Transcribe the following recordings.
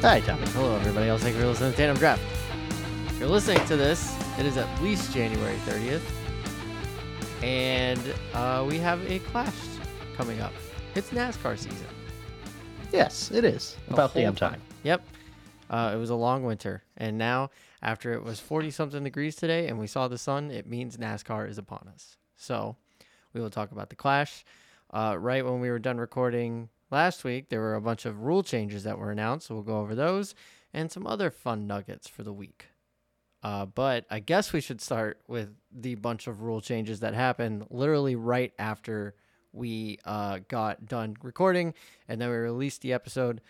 Hi, Tom. Hello, everybody else. Thank you for listening to Tandem Draft. If you're listening to this, it is at least January 30th, and uh, we have a clash coming up. It's NASCAR season. Yes, it is. The About whole damn time. Yep. Uh, it was a long winter, and now after it was 40 something degrees today and we saw the sun, it means NASCAR is upon us. So we will talk about the clash. Uh, right when we were done recording last week, there were a bunch of rule changes that were announced. So we'll go over those and some other fun nuggets for the week. Uh, but I guess we should start with the bunch of rule changes that happened literally right after we uh, got done recording and then we released the episode.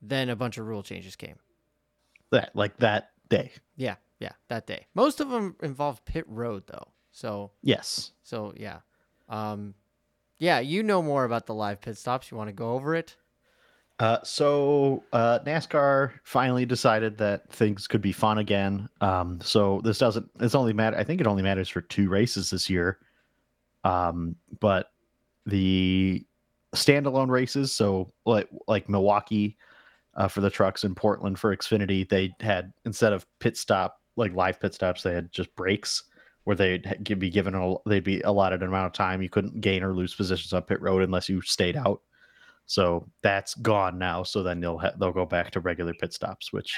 Then a bunch of rule changes came. That like that day. Yeah, yeah, that day. Most of them involved pit road though. So, Yes. so yeah. Um yeah, you know more about the live pit stops. You want to go over it? Uh, so uh, NASCAR finally decided that things could be fun again. Um, so this doesn't. It's only matter. I think it only matters for two races this year. Um, but the standalone races, so like like Milwaukee uh, for the trucks and Portland for Xfinity, they had instead of pit stop like live pit stops, they had just breaks where they'd ha- give- be given a, they'd be allotted an amount of time. You couldn't gain or lose positions on pit road unless you stayed out. So that's gone now. So then they'll ha- they'll go back to regular pit stops, which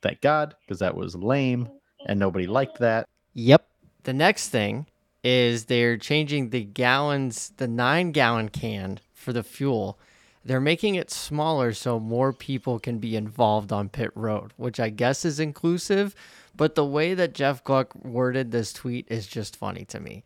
thank God because that was lame and nobody liked that. Yep. The next thing is they're changing the gallons, the 9 gallon can for the fuel. They're making it smaller so more people can be involved on pit road, which I guess is inclusive, but the way that Jeff Gluck worded this tweet is just funny to me.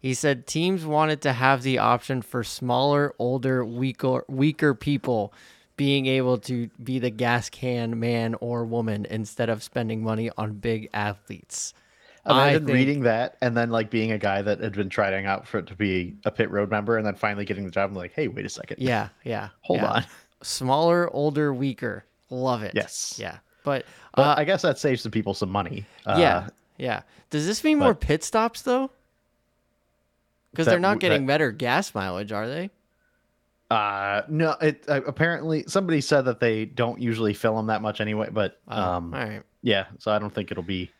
He said teams wanted to have the option for smaller, older, weaker, weaker people being able to be the gas can man or woman instead of spending money on big athletes. I Imagine think- reading that and then like being a guy that had been trying out for it to be a pit road member and then finally getting the job and like, hey, wait a second, Yeah, yeah. hold yeah. on. Smaller, older, weaker. Love it. Yes. Yeah. But, But uh, I guess that saves some people some money. Uh, yeah, yeah. Does this mean more but- pit stops though? Because That they're not w- getting better gas mileage, are they? Uh, uh, no, it uh, apparently somebody said that they don't usually fill them that much anyway. But Oh, um, all right. yeah, so I don't think it'll be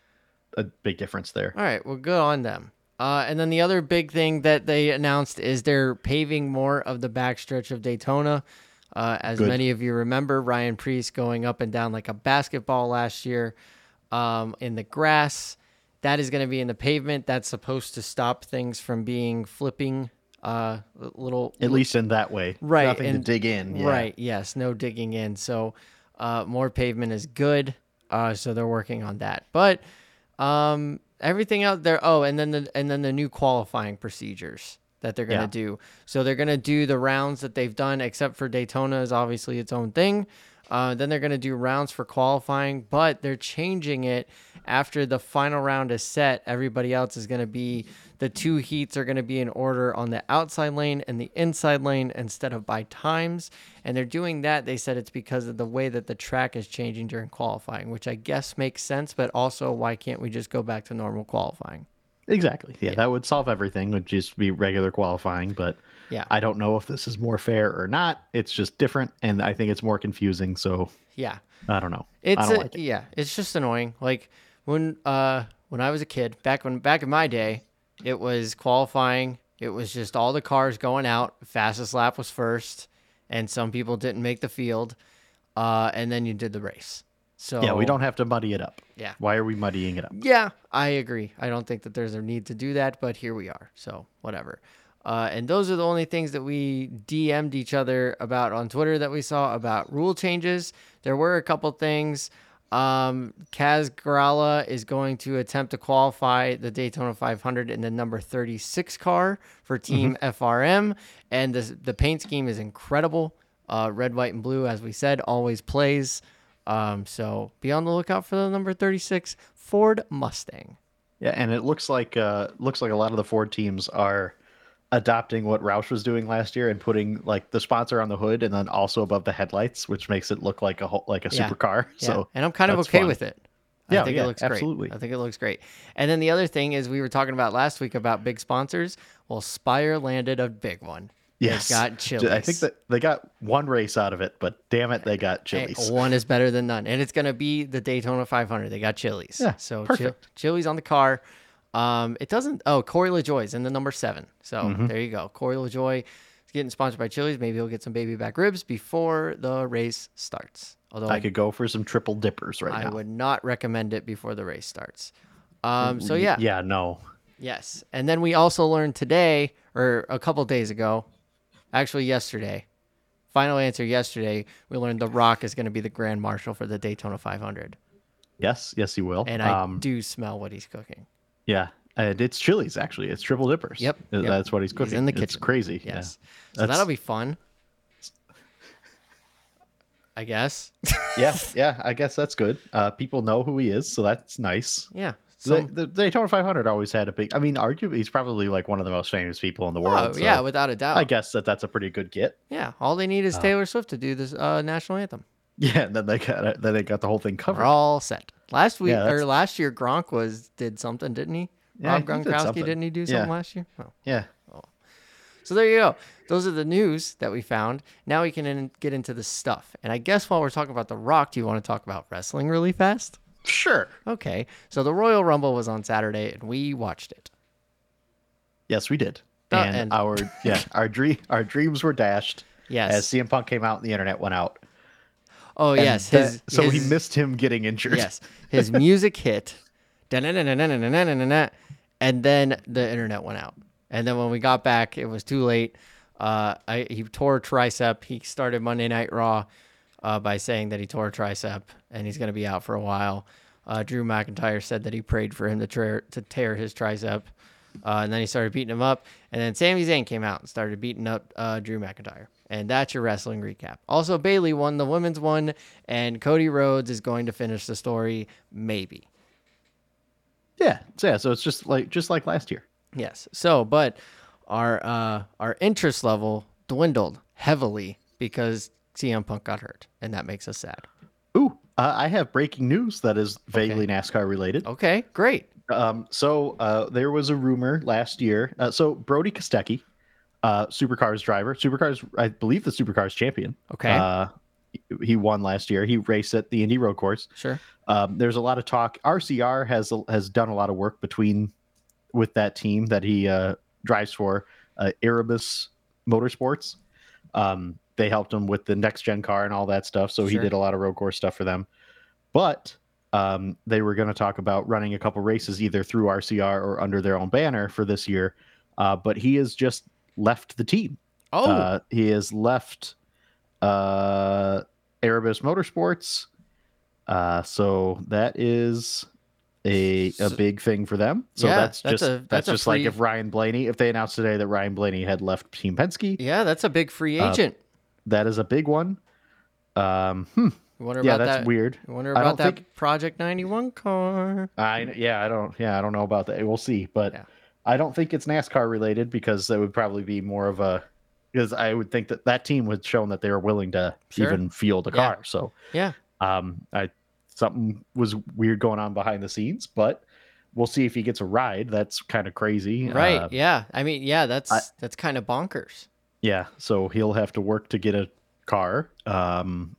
a big difference there. All right, well, good on them. Uh, and then the other big thing that they announced is they're paving more of the backstretch of Daytona. Uh, as Good. many of you remember, Ryan Priest going up and down like a basketball last year um, in the grass. That is going to be in the pavement. That's supposed to stop things from being flipping. Uh, little At least in that way, Right, Nothing and- to dig in, yeah. Right. Yes. No digging in. So uh, more pavement is good. Uh, so they're working on that. But um, everything out there. Oh, and then the and then the new qualifying procedures that they're gonna Yeah. do. So they're gonna do the rounds that they've done, except for Daytona is obviously its own thing. Uh, then they're gonna do rounds for qualifying, but they're changing it after the final round is set. Everybody else is gonna be the two heats are gonna be in order on the outside lane and the inside lane instead of by times. And they're doing that. They said it's because of the way that the track is changing during qualifying, which I guess makes sense. But also, why can't we just go back to normal qualifying? Exactly. Yeah, that would solve everything. Would just be regular qualifying, but Yeah. I don't know if this is more fair or not. It's just different, and I think it's more confusing. So Yeah. I don't know. It's I don't a, like it. yeah, it's just annoying. Like when uh when I was a kid, back when back in my day, it was qualifying. It was just all the cars going out. Fastest lap was first, and some people didn't make the field. Uh, and then you did the race. So Yeah, we don't have to muddy it up. Oh. Yeah. Why are we muddying it up? Yeah, I agree. I don't think that there's a need to do that, but here we are. So whatever. Uh, and those are the only things that we DM'd each other about on Twitter that we saw about rule changes. There were a couple things. Um, Kaz Grala is going to attempt to qualify the Daytona 500 in the number 36 car for Team FRM, and the the paint scheme is incredible. Uh, red, white, and blue, as we said, always plays. Um, so be on the lookout for the number 36 Ford Mustang. Yeah, and it looks like uh looks like a lot of the Ford teams are adopting what Roush was doing last year and putting like the sponsor on the hood and then also above the headlights, which makes it look like a whole, like a Yeah. supercar. Yeah. So and I'm kind of that's okay fun. with it. I Yeah, think it yeah, looks absolutely. great. I think it looks great. And then the other thing is we were talking about last week about big sponsors. Well, Spire landed a big one. Yes. They got chilies. I think that they got one race out of it, but damn it, they got Hey, chilies. Eh, one is better than none, and it's gonna be the Daytona 500. They got Chili's, Yeah, so perfect. Chili's on the car. Um, it doesn't. Oh, Corey LaJoy's in the number seven. So Mhm. there you go. Corey LaJoy is getting sponsored by Chili's. Maybe he'll get some baby back ribs before the race starts. Although I could go for some triple dippers right I now. would not recommend it before the race starts. Um, so yeah, Yeah, no. yes. And then we also learned today, or a couple days ago, actually yesterday, final answer yesterday, we learned The Rock is going to be the grand marshal for the Daytona 500. Yes, yes, you will. And I um, do smell what he's cooking. yeah, and it's chilies actually. It's triple dippers. Yep, Uh, yep. that's what he's cooking. in the It's kitchen. crazy. yeah. Yes. So That's- that'll be fun. I guess. yeah, yeah. I guess that's good. Uh, people know who he is, so that's nice. Yeah. The- Some- the, the Daytona 500 always had a big. I mean, arguably, he's probably like one of the most famous people in the world. oh, so yeah, without a doubt. I guess that that's a pretty good get. Yeah. All they need is Uh, Taylor Swift to do this uh, national anthem. Yeah, and then they got it- then they got the whole thing We're covered. all set. Last week Yeah, that's- or last year, Gronk was did something, didn't he? Yeah, Rob he did Gronkowski, something. didn't he do Yeah. something last year? Oh. yeah, So there you go. Those are the news that we found. Now we can in, get into the stuff. And I guess while we're talking about The Rock, do you want to talk about wrestling really fast? sure. Okay. So the Royal Rumble was on Saturday, and we watched it. Yes, we did. Uh, And, and- our yeah, our dream our dreams were dashed Yes. as CM Punk came out and the internet went out. oh And yes. that- His, so he his- missed him getting injured. Yes. His music hit. Da-na-na-na-na-na-na-na-na-na, And then the internet went out. And then when we got back, it was too late. Uh, I, he tore a tricep. He started Monday Night Raw uh, by saying that he tore a tricep and he's going to be out for a while. Uh, Drew McIntyre said that he prayed for him to, tra- to tear his tricep. Uh, and then he started beating him up. And then Sami Zayn came out and started beating up uh, Drew McIntyre. And that's your wrestling recap. Also, Bailey won the women's one, and Cody Rhodes is going to finish the story, maybe. Yeah. So yeah, so it's just like just like last year. Yes. So, but our uh, our interest level dwindled heavily because CM Punk got hurt, and that makes us sad. Ooh, uh, I have breaking news that is vaguely NASCAR related. Okay, great. Um, so uh, there was a rumor last year. Uh, so Brody Kostecki, uh, Supercars driver, Supercars, I believe the Supercars champion. Okay, Uh, he- he won last year. He raced at the Indy Road Course. sure. Um, there's a lot of talk. RCR has has done a lot of work between with that team that he uh, drives for, uh, Erebus Motorsports. Um, they helped him with the next gen car and all that stuff. So he Sure. did a lot of road course stuff for them. But um, they were going to talk about running a couple races either through RCR or under their own banner for this year. Uh, but he has just left the team. Oh, Uh, he has left uh, Erebus Motorsports. Uh, so that is a, a So- big thing for them. So Yeah, that's, that's just a- that's, that's a just like free- if Ryan Blaney, if they announced today that Ryan Blaney had left Team Penske, yeah, that's a big free uh, agent. that is a big one. Um, hmm, You wonder yeah, about that's that. weird. You wonder I about don't that Project 91 car. I yeah, I don't yeah, I don't know about that. We'll see, but Yeah. I don't think it's NASCAR related because that would probably be more of a because I would think that that team was shown that they were willing to Sure. even field a Yeah. car. So Yeah. um, I something was weird going on behind the scenes, but we'll see if he gets a ride. That's kind of crazy, Right. Uh, yeah. I mean, yeah, that's that's kind of bonkers. yeah, so he'll have to work to get a car. Um,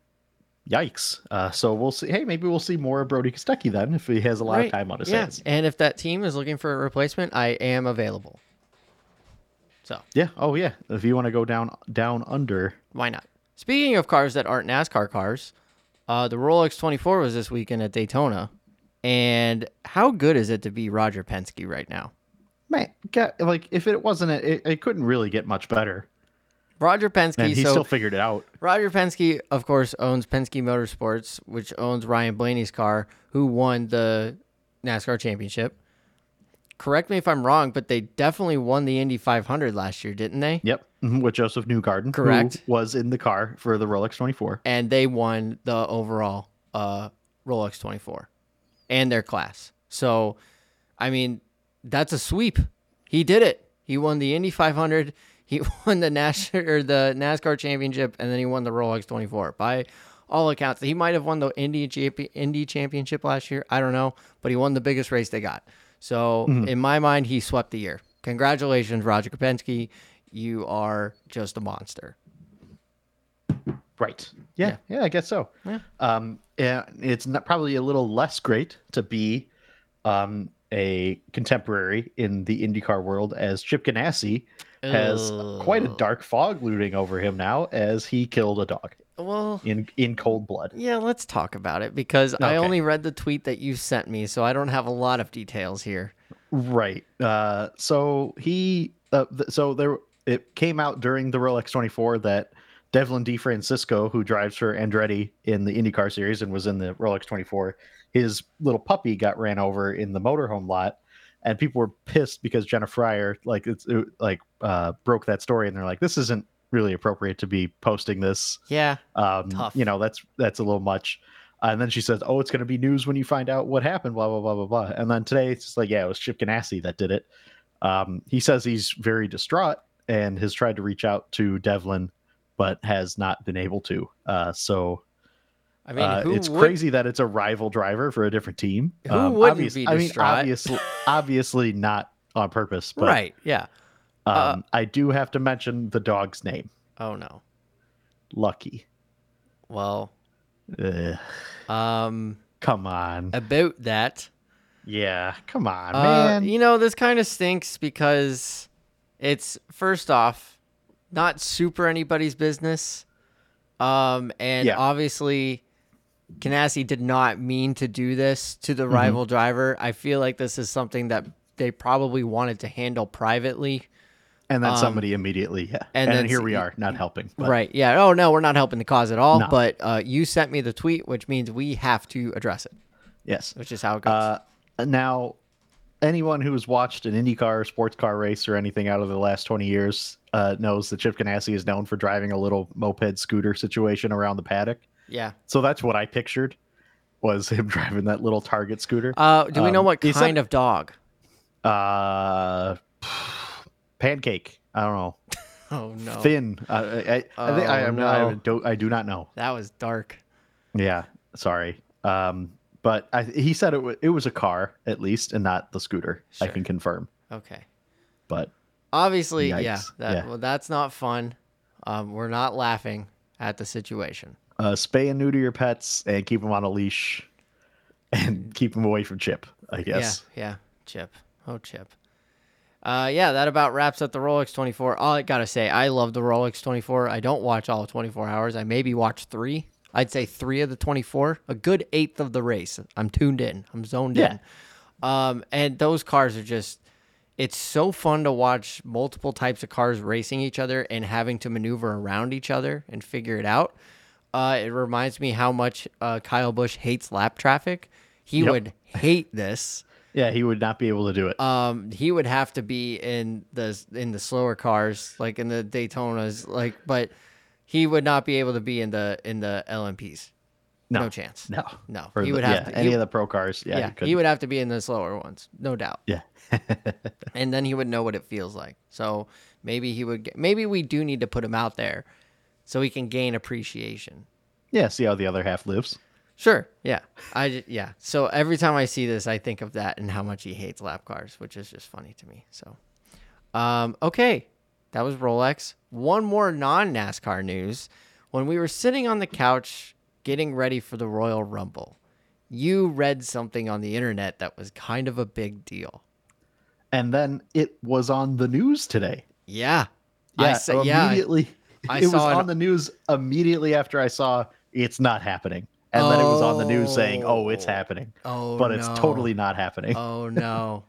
yikes! Uh, so we'll see. Hey, maybe we'll see more of Brody Kostecki then if he has a lot Right, of time on his yeah. hands. And if that team is looking for a replacement, I am available. So Yeah. Oh, yeah. If you want to go down down under, why not? Speaking of cars that aren't NASCAR cars, uh, the Rolex 24 was this weekend at Daytona, and how good is it to be Roger Penske right now? man, God, like if it wasn't, a- it, it couldn't really get much better. Roger Penske. And he so still figured it out. Roger Penske, of course, owns Penske Motorsports, which owns Ryan Blaney's car, who won the NASCAR championship. Correct me if I'm wrong, but they definitely won the Indy 500 last year, didn't they? Yep. mhm, With Joseph Newgarden, Correct. who was in the car for the Rolex 24. And they won the overall uh, Rolex 24 and their class. So, I mean, that's a sweep. He did it. He won the Indy 500. He won the Nash or the NASCAR championship, and then he won the Rolex 24. By all accounts, he might have won the Indy GP, Indy championship last year. I don't know, but he won the biggest Mm-hmm. race they got. So in my mind, he swept the year. Congratulations, Roger Kapensky. you are just a monster. Right. Yeah. Yeah, I guess so. Yeah. Um, yeah, it's not, probably a little less great to be um, a contemporary in the IndyCar world as Chip Ganassi has quite a Ugh. dark fog looting over him now as he killed a dog Well, in in cold blood. yeah, let's talk about it because I Okay. only read the tweet that you sent me, so I don't have a lot of details here. Right. Uh, so he uh, th- so there it came out during the Rolex 24 that Devlin D. Francisco, who drives for Andretti in the IndyCar series and was in the Rolex 24, his little puppy got ran over in the motorhome lot, and people were pissed because Jenna Fryer like it's it, like uh, broke that story, and they're like, this isn't really appropriate to be posting this. Yeah, Um, Tough. you know, that's that's a little much. And then she says, "Oh, it's going to be news when you find out what happened." Blah blah blah blah blah. And then today, it's just like, yeah, it was Chip Ganassi that did it. Um, he says he's very distraught and has tried to reach out to Devlin, but has not been able to. Uh, so I mean, uh, who it's would- crazy that it's a rival driver for a different team. Um, Who wouldn't be I mean, distraught? obviously, obviously not on purpose. But right? uh, Yeah. um, I do have to mention the dog's name, Oh no. Lucky. Well, Ugh, um, come on. about that. Yeah, come on, Uh, man. You know, this kind of stinks because it's first off not super anybody's business, um, and Yeah. obviously. Ganassi did not mean to do this to the Mhm. rival driver. I feel like this is something that they probably wanted to handle privately. and then um, somebody immediately, yeah. and And, then that's- here we are, not helping. but- Right. Yeah. Oh no, we're not helping the cause at all. No. But uh, you sent me the tweet, which means we have to address it, Yes. which is how it goes. Uh, now, anyone who has watched an IndyCar, sports car race, or anything out of the last 20 years uh, knows that Chip Ganassi is known for driving a little moped scooter situation around the paddock. yeah. So that's what I pictured was him driving that little Target scooter. Uh, do we know um, what he kind said- of dog? Uh, pancake. I don't know. Oh no, Thin. Uh, I, I, I think I Oh, am. I, no. don't, I do not know. that was dark. Yeah, sorry. Um, but I, he said it, wa it was a car at least, and not the scooter. I Sure. can confirm. Okay. But Obviously, yeah. Yikes. That, Yeah. Well, that's not fun. Um, we're not laughing at the situation. uh, spay and neuter your pets, and keep them on a leash, and keep them away from Chip. I guess. Yeah. Yeah. Chip. Oh, Chip. Uh, yeah, that about wraps up the Rolex 24. All I gotta say, I love the Rolex 24. I don't watch all 24 hours. I maybe watch three. I'd say three of the 24, a good eighth of the race. I'm tuned in. I'm zoned Yeah. in. Um, and those cars are just. It's so fun to watch multiple types of cars racing each other and having to maneuver around each other and figure it out. Uh, it reminds me how much uh, Kyle Busch hates lap traffic. He Yep. would hate this Yeah. he would not be able to do it. um he would have to be in the in the slower cars like in the Daytonas like but he would not be able to be in the in the LMPs. No, No. chance. no. No. Or he the- would yeah, have to any he, of the pro cars. Yeah, yeah, he could. he would have to be in the slower ones, no doubt. Yeah. and then he would know what it feels like. So maybe he would get, maybe we do need to put him out there so he can gain appreciation. yeah, see how the other half lives. Sure. Yeah. I j- yeah. So every time I see this, I think of that and how much he hates lap cars, which is just funny to me. So, um, okay, that was Rolex. One more non NASCAR news. When we were sitting on the couch getting ready for the Royal Rumble, you read something on the internet that was kind of a big deal. And then it was on the news today. Yeah. I Yeah, sa- so yeah. I- immediately. I it was saw it- on the news immediately after I saw it's not happening, and then it was on the news saying, "Oh, it's Oh. happening," oh, but it's no. totally not happening. Oh no.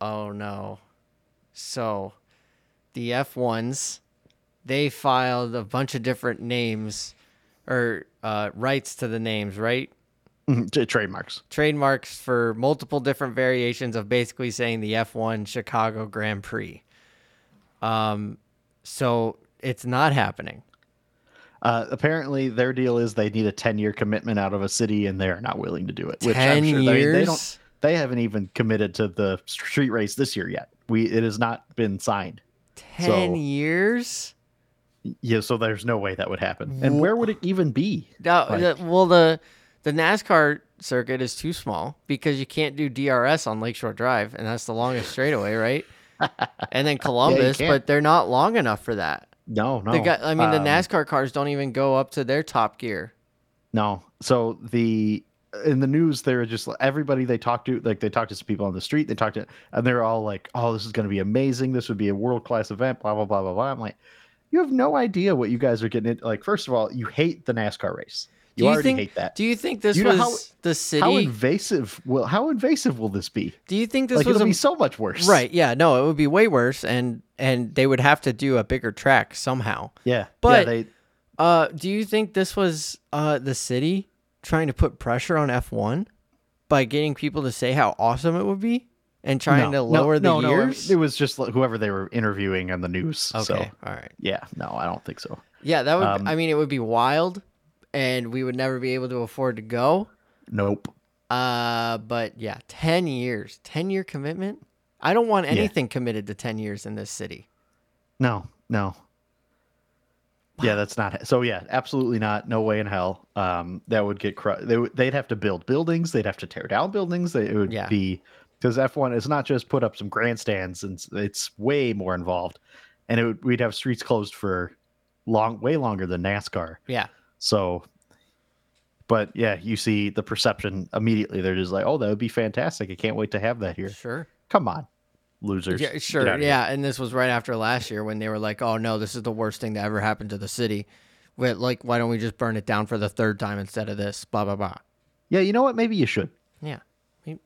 Oh no. So the F1s they filed a bunch of different names or uh, rights to the names, right? Mhm, t- Trademarks. Trademarks for multiple different variations of basically saying the F1 Chicago Grand Prix. Um so it's not happening. Uh, apparently, their deal is they need a ten-year commitment out of a city, and they're not willing to do it. Which 10 I'm sure years. They, they don't. They haven't even committed to the street race this year yet. We it has not been signed. 10 so- years? Yeah, so there's no way that would happen. And where would it even be? No, Like- the- well the the NASCAR circuit is too small because you can't do DRS on Lakeshore Drive, and that's the longest straightaway, right? and then Columbus, can't. but they're not long enough for that. No, no. The guy, I mean, the Um, NASCAR cars don't even go up to their top gear. No. So the in the news, they were just everybody they talked to, like they talked to some people on the street, they talked to, and they're all like, "Oh, this is going to be amazing. This would be a world class event." Blah blah blah blah blah. I'm like, you have no idea what you guys are getting into. Like, first of all, you hate the NASCAR race. Do You, you already think- hate that. Do you think this You know was how- the city? How invasive will how invasive will this be? do you think this like, was it'll a be so much worse. right? Yeah, no, it would be way worse, and and they would have to do a bigger track somehow. Yeah. But- yeah, they, Uh, do you think this was uh the city trying to put pressure on F one by getting people to say how awesome it would be and trying to no, no, lower the no, no, I mean, years? it was just like, whoever they were interviewing on the news. okay, So all right. yeah, no, I don't think so. Yeah, that would. Um, I mean, it would be wild, and we would never be able to afford to go. Nope. Uh, but yeah, ten years, ten year commitment. I don't want anything committed to ten years in this city. No, no. Yeah, that's not so. Yeah, absolutely not. No way in hell. Um, that would get cru- they would they'd have to build buildings. They'd have to tear down buildings. They, it would Yeah. be because F one is not just put up some grandstands, and s- it's way more involved. And it would, we'd have streets closed for long, way longer than NASCAR. Yeah, So, but yeah, you see the perception immediately. They're just like, oh, that would be fantastic. I can't wait to have that here. sure, Come on, losers. yeah, Get sure, out of here. yeah. And this was right after last year when they were like, "Oh no, this is the worst thing that ever happened to the city." But like, why don't we just burn it down for the third time instead of this? Blah blah blah. Yeah, you know what? Maybe you should. Yeah,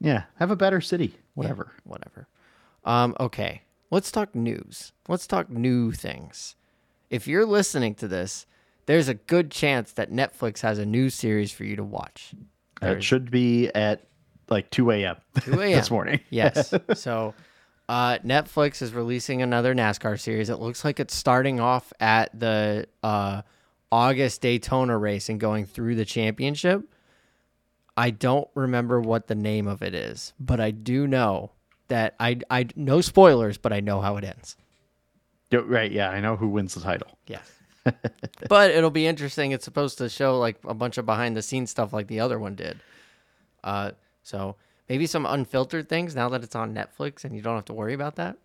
Yeah, have a better city. Whatever. whatever. Um, okay, let's talk news. Let's talk new things. If you're listening to this, there's a good chance that Netflix has a new series for you to watch. Uh, It should be at like 2 a.m. 2 a.m. this morning. Yes. So uh, Netflix is releasing another NASCAR series. It looks like it's starting off at the uh, August Daytona race and going through the championship. I don't remember what the name of it is, but I do know that I I no spoilers, but I know how it ends. Yo- Right. Yeah, I know who wins the title. Yes. but it'll be interesting. It's supposed to show like a bunch of behind the scenes stuff like the other one did. Uh, so maybe some unfiltered things now that it's on Netflix and you don't have to worry about that.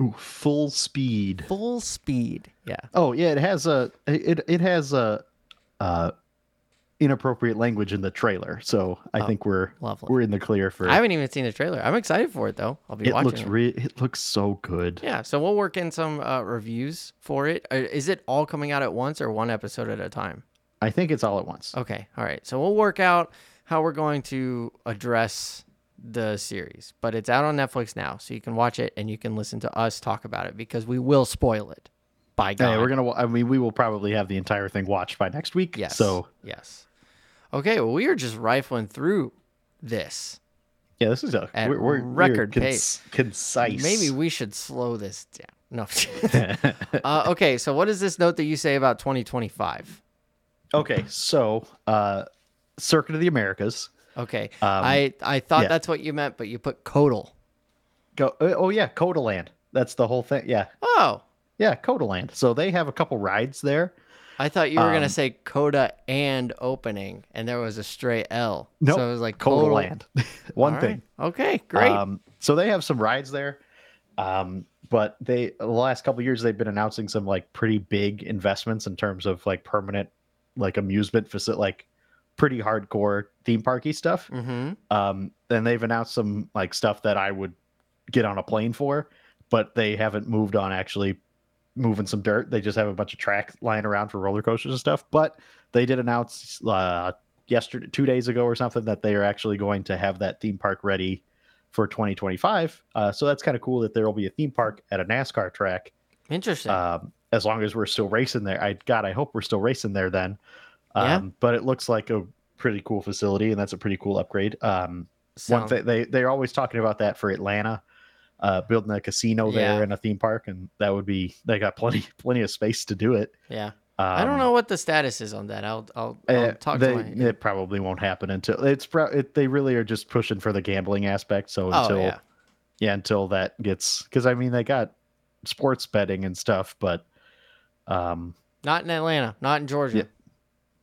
Ooh, full speed. Full speed. Yeah. Oh yeah, it has a it it has a uh inappropriate language in the trailer. So I think we're lovely. we're in the clear for I haven't even seen the trailer. I'm excited for it though. I'll be it watching looks it. re- it looks so good. yeah, so we'll work in some uh, reviews for it. Uh, Is it all coming out at once or one episode at a time? I think it's all at once. Okay. All right. So we'll work out how we're going to address the series, but it's out on Netflix now, so you can watch it and you can listen to us talk about it because we will spoil it. By God. Yeah, we're gonna. wa- I mean, we will probably have the entire thing watched by next week. yes. So yes. Okay. Well, we are just rifling through this. yeah, this is a At we're, we're we're record cons- pace. concise. Maybe we should slow this down. No. uh, okay. So what is this note that you say about 2025? Okay, so uh Circuit of the Americas. Okay. Um, I I thought yeah. that's what you meant, but you put codal. Go uh, oh yeah, Codaland. That's the whole thing. Yeah. Oh. Yeah, Codaland. So they have a couple rides there. I thought you were gonna Um, say coda and opening, and there was a stray L. Nope, so it was like total- Codaland. One Oh, All thing. right. Okay, great. Um so they have some rides there. Um but they the last couple years they've been announcing some like pretty big investments in terms of like permanent like amusement facility like pretty hardcore theme parky stuff. mm-hmm. Um, and they've announced some like stuff that I would get on a plane for, but they haven't moved on actually moving some dirt. They just have a bunch of track lying around for roller coasters and stuff. But they did announce uh, yesterday, two days ago or something, that they are actually going to have that theme park ready for 2025. Uh, so that's kind of cool that there will be a theme park at a NASCAR track Interesting. um, as long as we're still racing there. I God, I hope we're still racing there then. Um, Yeah. But it looks like a pretty cool facility, and that's a pretty cool upgrade. Um, Sound- one thing they they're always talking about that for Atlanta, uh, building a casino Yeah. there and a theme park, and that would be they got plenty plenty of space to do it. yeah, Um, I don't know what the status is on that. I'll I'll, I'll uh, talk they, to my. It probably won't happen until it's pro- it, they really are just pushing for the gambling aspect. So oh until yeah, yeah until that gets because I mean they got sports betting and stuff, but um not in Atlanta, not in Georgia. Yeah.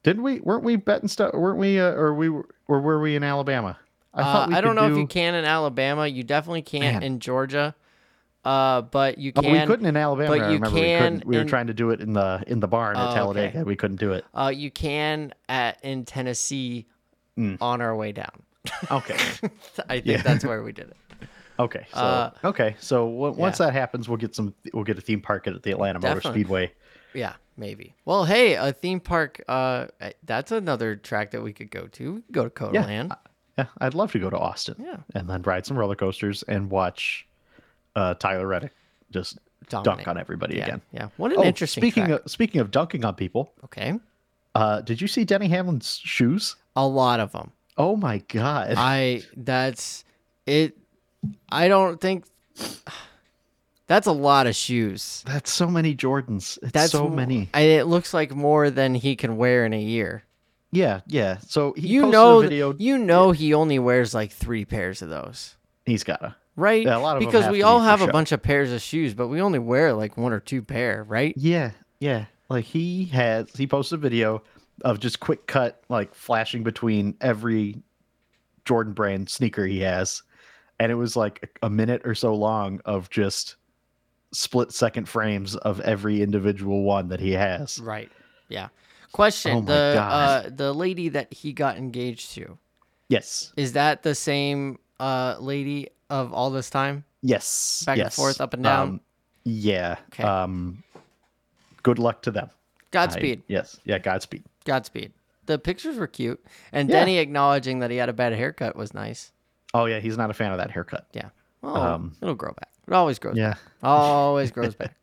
Didn't we? Weren't we betting stuff? Weren't we? Uh, or we? were- Or were we in Alabama? Uh, I, uh, I don't know if you can in Alabama. You definitely can't Man. in Georgia. Uh, but you Oh, can. we couldn't in Alabama. but I you remember can we couldn't. We were in- trying to do it in the in the barn Oh, at okay. Talladega. We couldn't do it. Uh, you can at in Tennessee Mm. on our way down. Okay. I think Yeah. that's where we did it. Okay. So Uh, okay. So w- once that happens, we'll get some. We'll get a theme park at the Atlanta Motor Definitely. Speedway. Yeah, maybe. Well, hey, a theme park. Uh, that's another track that we could go to. We could go to Yeah. Uh, Codeland. Yeah, I'd love to go to Austin. Yeah. And then ride some roller coasters and watch uh, Tyler Reddick just Dominate. dunk on everybody Yeah, again. Oh, yeah. What an interesting. speaking track. of speaking of dunking on people, okay, uh, did you see Denny Hamlin's shoes? a lot of them. Oh my god! I that's it. I don't think that's a lot of shoes. That's so many Jordans. It's That's so m- many. and it looks like more than he can wear in a year. Yeah, yeah. So he you posted know, a th- video. you know, he only wears like three pairs of those, He's gotta. right? Yeah, a lot of 'em because have we to all be for have a show. bunch of pairs of shoes, but we only wear like one or two pair, right? Yeah, yeah. Like he has. He posted a video of just quick cut, like flashing between every Jordan brand sneaker he has, and it was like a minute or so long of just split second frames of every individual one that he has. Right. Yeah. Question: Oh my the God. uh, the lady that he got engaged to Yes, is that the same uh, lady of all this time? yes. Back and yes. forth, up and down? Um, yeah. Okay. Um. Good luck to them. I- Godspeed. yes. Yeah. Godspeed. Godspeed. The pictures were cute, and Yeah. Denny acknowledging that he had a bad haircut was nice. Oh yeah, he's not a fan of that haircut. Yeah. Well, Um, it'll grow back. It always grows. Yeah. Back. Always grows back.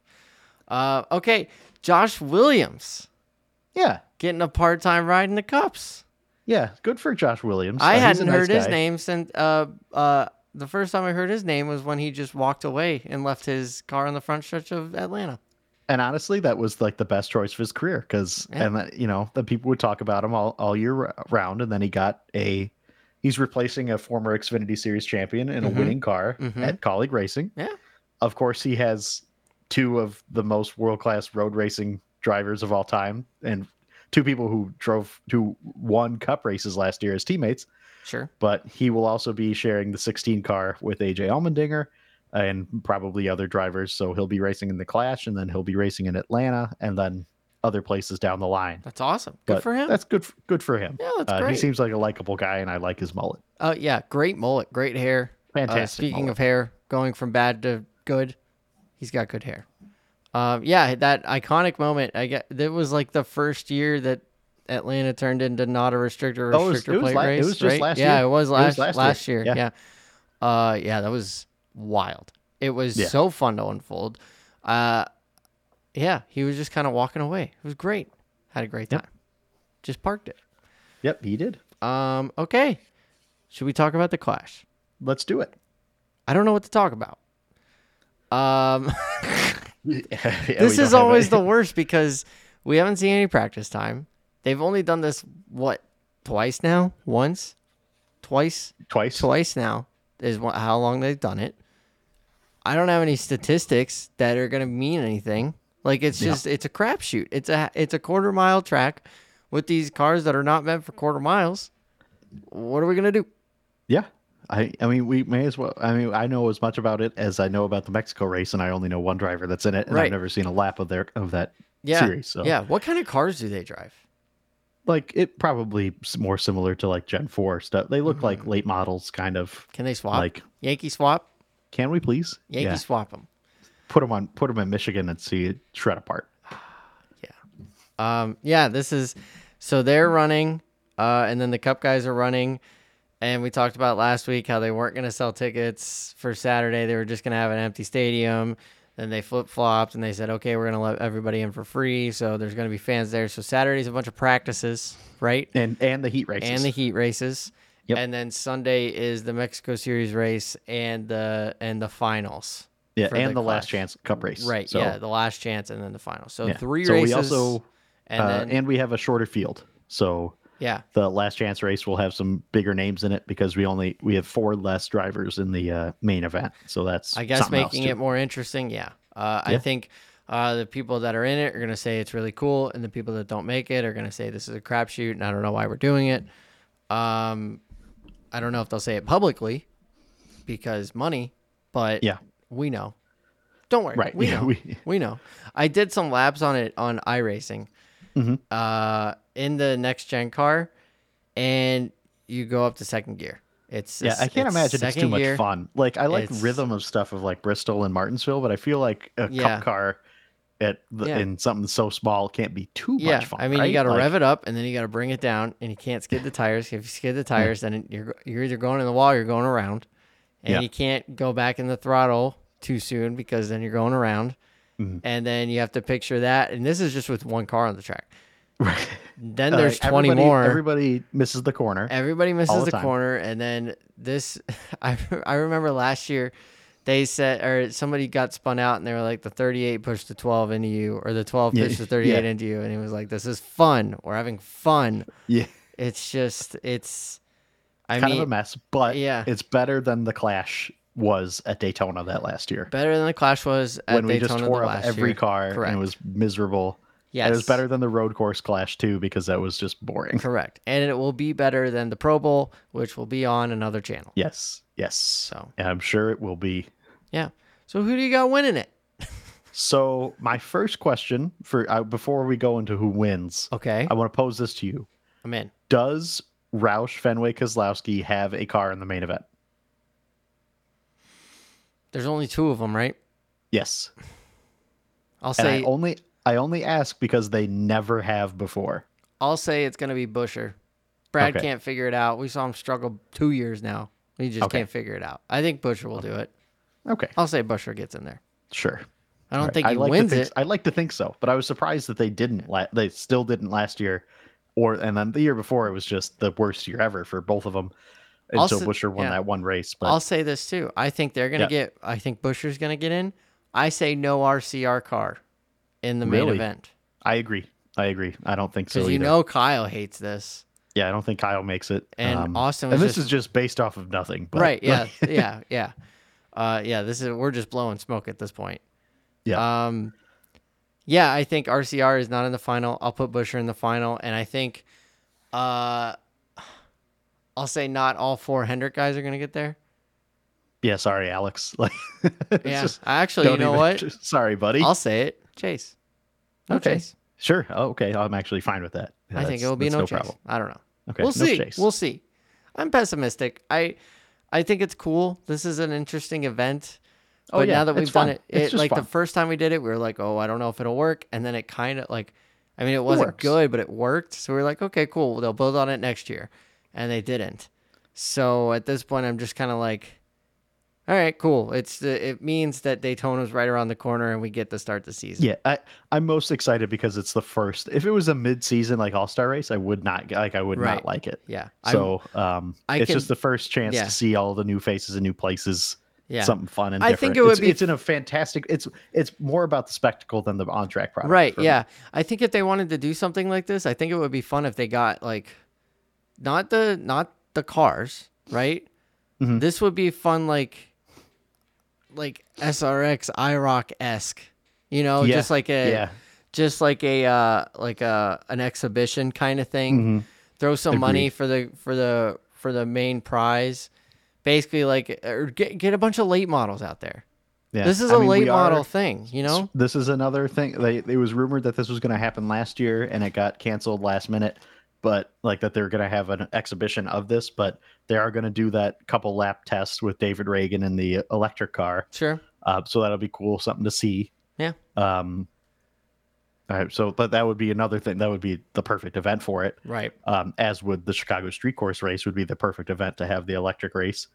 Uh, okay, Josh Williams Yeah. getting a part-time ride in the cups. Yeah. Good for Josh Williams. Uh, I he's a hadn't nice heard his guy. name since uh, uh, the first time I heard his name was when he just walked away and left his car on the front stretch of Atlanta. And honestly, that was like the best choice of his career because, Yeah. and that, you know, the people would talk about him all, all year r- round. And then he got a, he's replacing a former Xfinity Series champion in Mhm. a winning car Mhm. at Colleague Racing. Yeah. Of course, he has two of the most world class road racing drivers of all time and two people who drove, who won cup races last year as teammates. Sure. but he will also be sharing the 16 car with AJ Allmendinger and probably other drivers. So he'll be racing in the Clash, and then he'll be racing in Atlanta, and then other places down the line. That's awesome. Good But for him. That's good. For, good for him. yeah, that's Uh, great. he seems like a likable guy, and I like his mullet. uh, yeah, great mullet, great hair. Uh, Fantastic. speaking of hair, going from bad to good, he's got good hair. Um, yeah, that iconic moment. I get that was like the first year that Atlanta turned into not a restrictor Oh, it was- restrictor it was plate la- it race. was just right? last yeah, year. it was was last last year. last year. Yeah. Yeah. Uh, yeah, that was wild. It was Yeah. so fun to unfold. Uh, yeah, he was just kind of walking away. It was great. Had a great time. Yep. Just parked it. Yep, he did. Um, okay. Should we talk about the clash? Let's do it. I don't know what to talk about. Um, Yeah, we this don't is have always any- the worst because we haven't seen any practice time. They've only done this what twice now? Once, twice, twice. twice now is wha- how long they've done it. I don't have any statistics that are going to mean anything. Like it's Yeah. just it's a crapshoot. It's a it's a quarter mile track with these cars that are not meant for quarter miles. What are we gonna do? Yeah. I, I mean, we may as well. I mean, I know as much about it as I know about the Mexico race, and I only know one driver that's in it, and Right. I've never seen a lap of their of that Yeah, series. So yeah. What kind of cars do they drive? like it probably s- more similar to like Gen 4 stuff. They look Mm-hmm. like late models, kind of Can they swap? like. Yankee swap. Can we please? Yankee Yeah. swap them. Put them on. Put them in Michigan and see it shred apart. Um, yeah, this is so they're running, uh, and then the Cup guys are running, and we talked about last week how they weren't going to sell tickets for Saturday. They were just going to have an empty stadium. Then they flip flopped and they said, okay, we're going to let everybody in for free. So there's going to be fans there. So Saturday's a bunch of practices, right? And and the heat races. And the heat races. Yep. And then Sunday is the Mexico Series race and the and the finals. yeah, for and the the, last Clash. chance cup race. Right. So, yeah. The last chance and then the finals. So yeah. three so races. we also and uh, then and we have a shorter field. So yeah. the last chance race will have some bigger names in it because we only we have four less drivers in the uh, main event. So that's I guess something else, making too. it more interesting. Yeah. Uh, I Yeah. think uh, the people that are in it are going to say it's really cool, and the people that don't make it are going to say this is a crapshoot, and I don't know why we're doing it. Um, I don't know if they'll say it publicly because money, but Yeah. we know Don't worry. Right. We yeah, know. we- We know. I did some laps on it on iRacing Mhm. uh, in the next gen car, and you go up to second gear. It's yeah, it's- I can't imagine it's second too much gear. fun. Like I like It's- rhythm of stuff of like Bristol and Martinsville, but I feel like a Yeah. cup car at the, Yeah. in something so small can't be too Yeah, much fun. I mean right? you got to Like, rev it up and then you got to bring it down, and you can't skid the tires. If you skid Mm-hmm. the tires, then it- you're you're either going in the wall, or you're going around, and Yeah. you can't go back in the throttle too soon because then you're going around, Mhm. and then you have to picture that. And this is just with one car on the track. Right. Then Uh, there's twenty everybody- more. Everybody misses the corner. Everybody misses the the, time. corner, and then this. I I remember last year, they said or somebody got spun out, and they were like the 38 pushed the 12 into you, or the 12 Yeah, pushed the 38 yeah. into you, and he was like, "This is fun. We're having fun. yeah, It's just it's." I kind mean, of a mess, but yeah. it's better than the Clash was at Daytona that last year better than the Clash was at when we Daytona just the tore up last every year. car Correct. and it was miserable. Yes, And it was better than the road course Clash too because that was just boring. Correct, and it will be better than the Pro Bowl, which will be on another channel. Yes, yes, So and I'm sure it will be yeah, so who do you got winning it? So my first question for uh, before we go into who wins, Okay, I want to pose this to you: I'm in. Does Roush Fenway Kozlowski have a car in the main event? There's only two of them, right? Yes, I'll and say I only I only ask because they never have before. I'll say it's going to be Busher. Brad Okay. can't figure it out. We saw him struggle two years now. He just Okay. can't figure it out. I think Busher will do it. Okay, I'll say Busher gets in there. sure. I don't All right. think he like to wins think- it. I like to think so, but I was surprised that they didn't. La- they still didn't last year, or and then the year before it was just the worst year ever for both of them. And Also- so Busher won yeah. that one race, but I'll say this too. I think they're going to Yeah. get. I think Busher's going to get in. I say no RCR car in the main Really? event I agree. I agree. I don't think so. because you either. know Kyle hates this. Yeah, I don't think Kyle makes it. um, And Austin and was this just- is just based off of nothing. But, right? Yeah. yeah. Yeah. Uh, yeah. This is we're just blowing smoke at this point. Yeah. Um, yeah. I think RCR is not in the final. I'll put Busher in the final, and I think, uh, I'll say not all four Hendrick guys are gonna get there. yeah, sorry, Alex. Like, it's yeah. just- Actually, you don't know even- what? sorry, buddy. I'll say it. Chase. No Okay. chase. Sure. Oh, okay, I'm actually fine with that. Yeah, I think that's- it will be that's no, chase. I don't know. Okay, we'll no see. chase. We'll see. I'm pessimistic. I I think it's cool. This is an interesting event. Oh, but yeah, now that it's we've done fun. it, It's it just like the fun. first time we did it, we were like, oh, I don't know if it'll work. And then it kind of like, I mean, it wasn't works. good, but it worked. So we are like, okay, cool. They'll build on it next year. And they didn't. So at this point, I'm just kind of like, all right, cool. It's the, it means that Daytona's right around the corner and we get to start the season. Yeah, I, I'm most excited because it's the first. If it was a mid-season like All Star race, I would not like. I would Right. not like it. Yeah. I'm- So, um, I it's can- just the first chance yeah. to see all the new faces and new places. yeah. Something fun and I different. think it would It's- be- It's in a fantastic. It's it's more about the spectacle than the on track product. Right. for me. Yeah. I think if they wanted to do something like this, I think it would be fun if they got like not the not the cars, right? Mhm. This would be fun like like SRX IROC esque. You know, Yeah, just like a yeah. just like a uh like a an exhibition kind of thing. Mm-hmm. Throw some money Agreed. for the for the for the main prize. Basically like or get get a bunch of late models out there. Yeah. This is a a late model thing, you know? This is another thing. They it was rumored that this was going to happen last year and it got canceled last minute, but like that they're going to have an exhibition of this, but they are going to do that couple lap test with David Reagan in the electric car. Sure. Uh, so that'll be cool, something to see. Yeah. Um all right, so but that would be another thing. That would be the perfect event for it. Right. Um, as would the Chicago Street Course race would be the perfect event to have the electric race.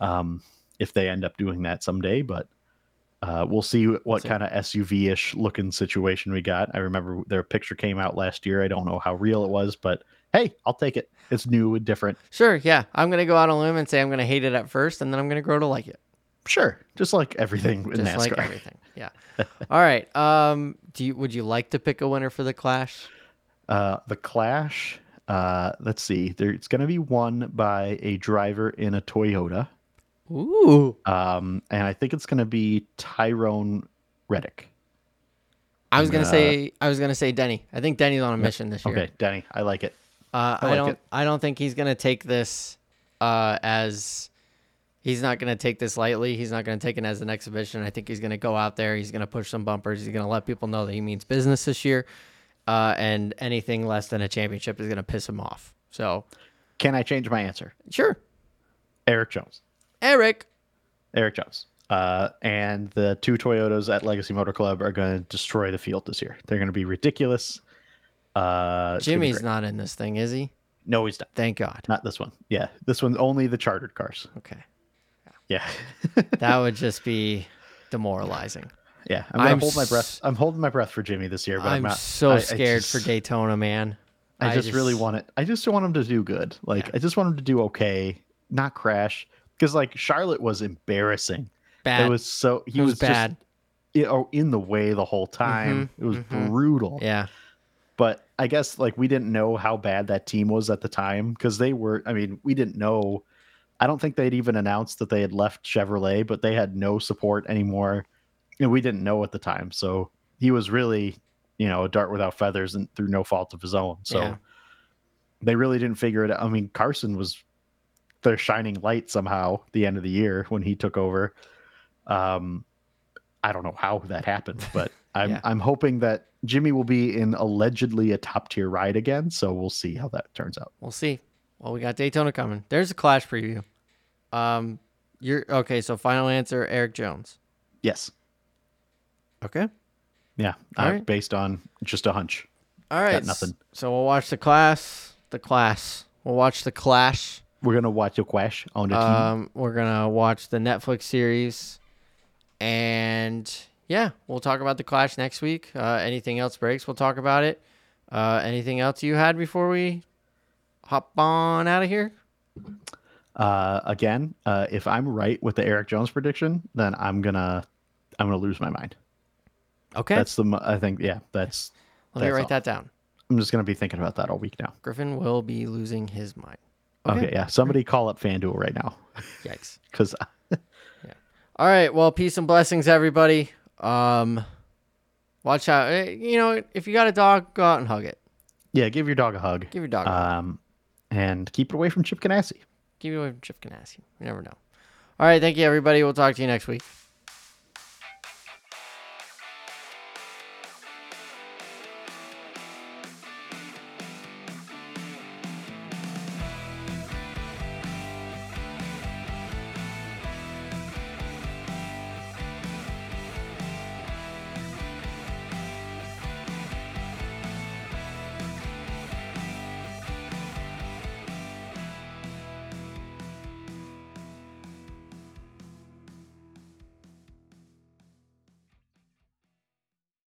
Um, if they end up doing that someday, but uh, we'll see what see. kind of SUV ish looking situation we got. I remember their picture came out last year. I don't know how real it was, but hey, I'll take it. It's new and different. Sure, yeah. I'm gonna go out on a limb and say I'm gonna hate it at first, and then I'm gonna grow to like it, Sure, just like everything in just NASCAR. like everything. Yeah. All right. Um. Do you would you like to pick a winner for the Clash? Uh, the Clash. Uh, let's see. There, it's going to be won by a driver in a Toyota, Ooh. um, and I think it's going to be Tyrone Reddick. I was I'm gonna gonna- say I was gonna say Denny. I think Denny's on a mission this year. Okay, Denny, I like it. Uh, I, I like don't it. I don't think he's gonna take this uh, as he's not going to take this lightly. He's not going to take it as an exhibition. I think he's going to go out there. He's going to push some bumpers. He's going to let people know that he means business this year. Uh, and anything less than a championship is going to piss him off. So, Can I change my answer? sure. Eric Jones. Eric, Eric Jones. Uh, and the two Toyotas at Legacy Motor Club are going to destroy the field this year. They're going to be ridiculous. Uh, it's gonna be Jimmy's great. not in this thing, is he? No, he's not. Thank God. Not this one. Yeah, this one's only the chartered cars. Okay. Yeah, That would just be demoralizing. yeah. I'm gonna I'm hold my s- breath. I'm holding my breath for Jimmy this year, but I'm, I'm not so I- I scared for just- Daytona, man. I, I just, really just- want it. I just want him to do good. Like I just want him to do okay, not crash. Because like Charlotte was embarrassing. Bad. It was so he It was was, bad. Just, you know, in the way the whole time. it was mhm. brutal. yeah. but I guess like we didn't know how bad that team was at the time because they were. I mean, we didn't know. I don't think they'd even announced that they had left Chevrolet, but they had no support anymore, and we didn't know at the time. So he was really, you know, a dart without feathers and through no fault of his own. So Yeah. they really didn't figure it out. I mean, Carson was their shining light somehow the end of the year when he took over. Um, I don't know how that happened, but I'm Yeah. I'm hoping that Jimmy will be in allegedly a top tier ride again. So we'll see how that turns out. We'll see. Well, we got Daytona coming. There's a clash preview. Um, you're okay. So final answer, Eric Jones. Yes. Okay. Yeah. All uh, right. Based on just a hunch. All right. s- nothing. So we'll watch the class. The class. We'll watch the clash. We're gonna watch a quash on the team. Um, we're gonna watch the Netflix series, and yeah, we'll talk about the clash next week. Uh, anything else breaks, we'll talk about it. Uh, anything else you had before we hop on out of here? Uh, again, uh, if I'm right with the Eric Jones prediction, then I'm gonna I'm gonna lose my mind. Okay. That's the mo- I think yeah. That's Let me that's write all. that down. I'm just gonna be thinking about that all week now. Griffin will be losing his mind. Okay. Okay. yeah. Somebody call up FanDuel right now uh, Yikes. because All right. Well, peace and blessings, everybody. Um, watch out. Eh, You know, if you got a dog, go out and hug it. yeah, give your dog a hug. Give your dog. a hug. Um, and keep it away from Chip Ganassi. Give it away from Chip Ganassi. You never know. All right. Thank you, everybody. We'll talk to you next week.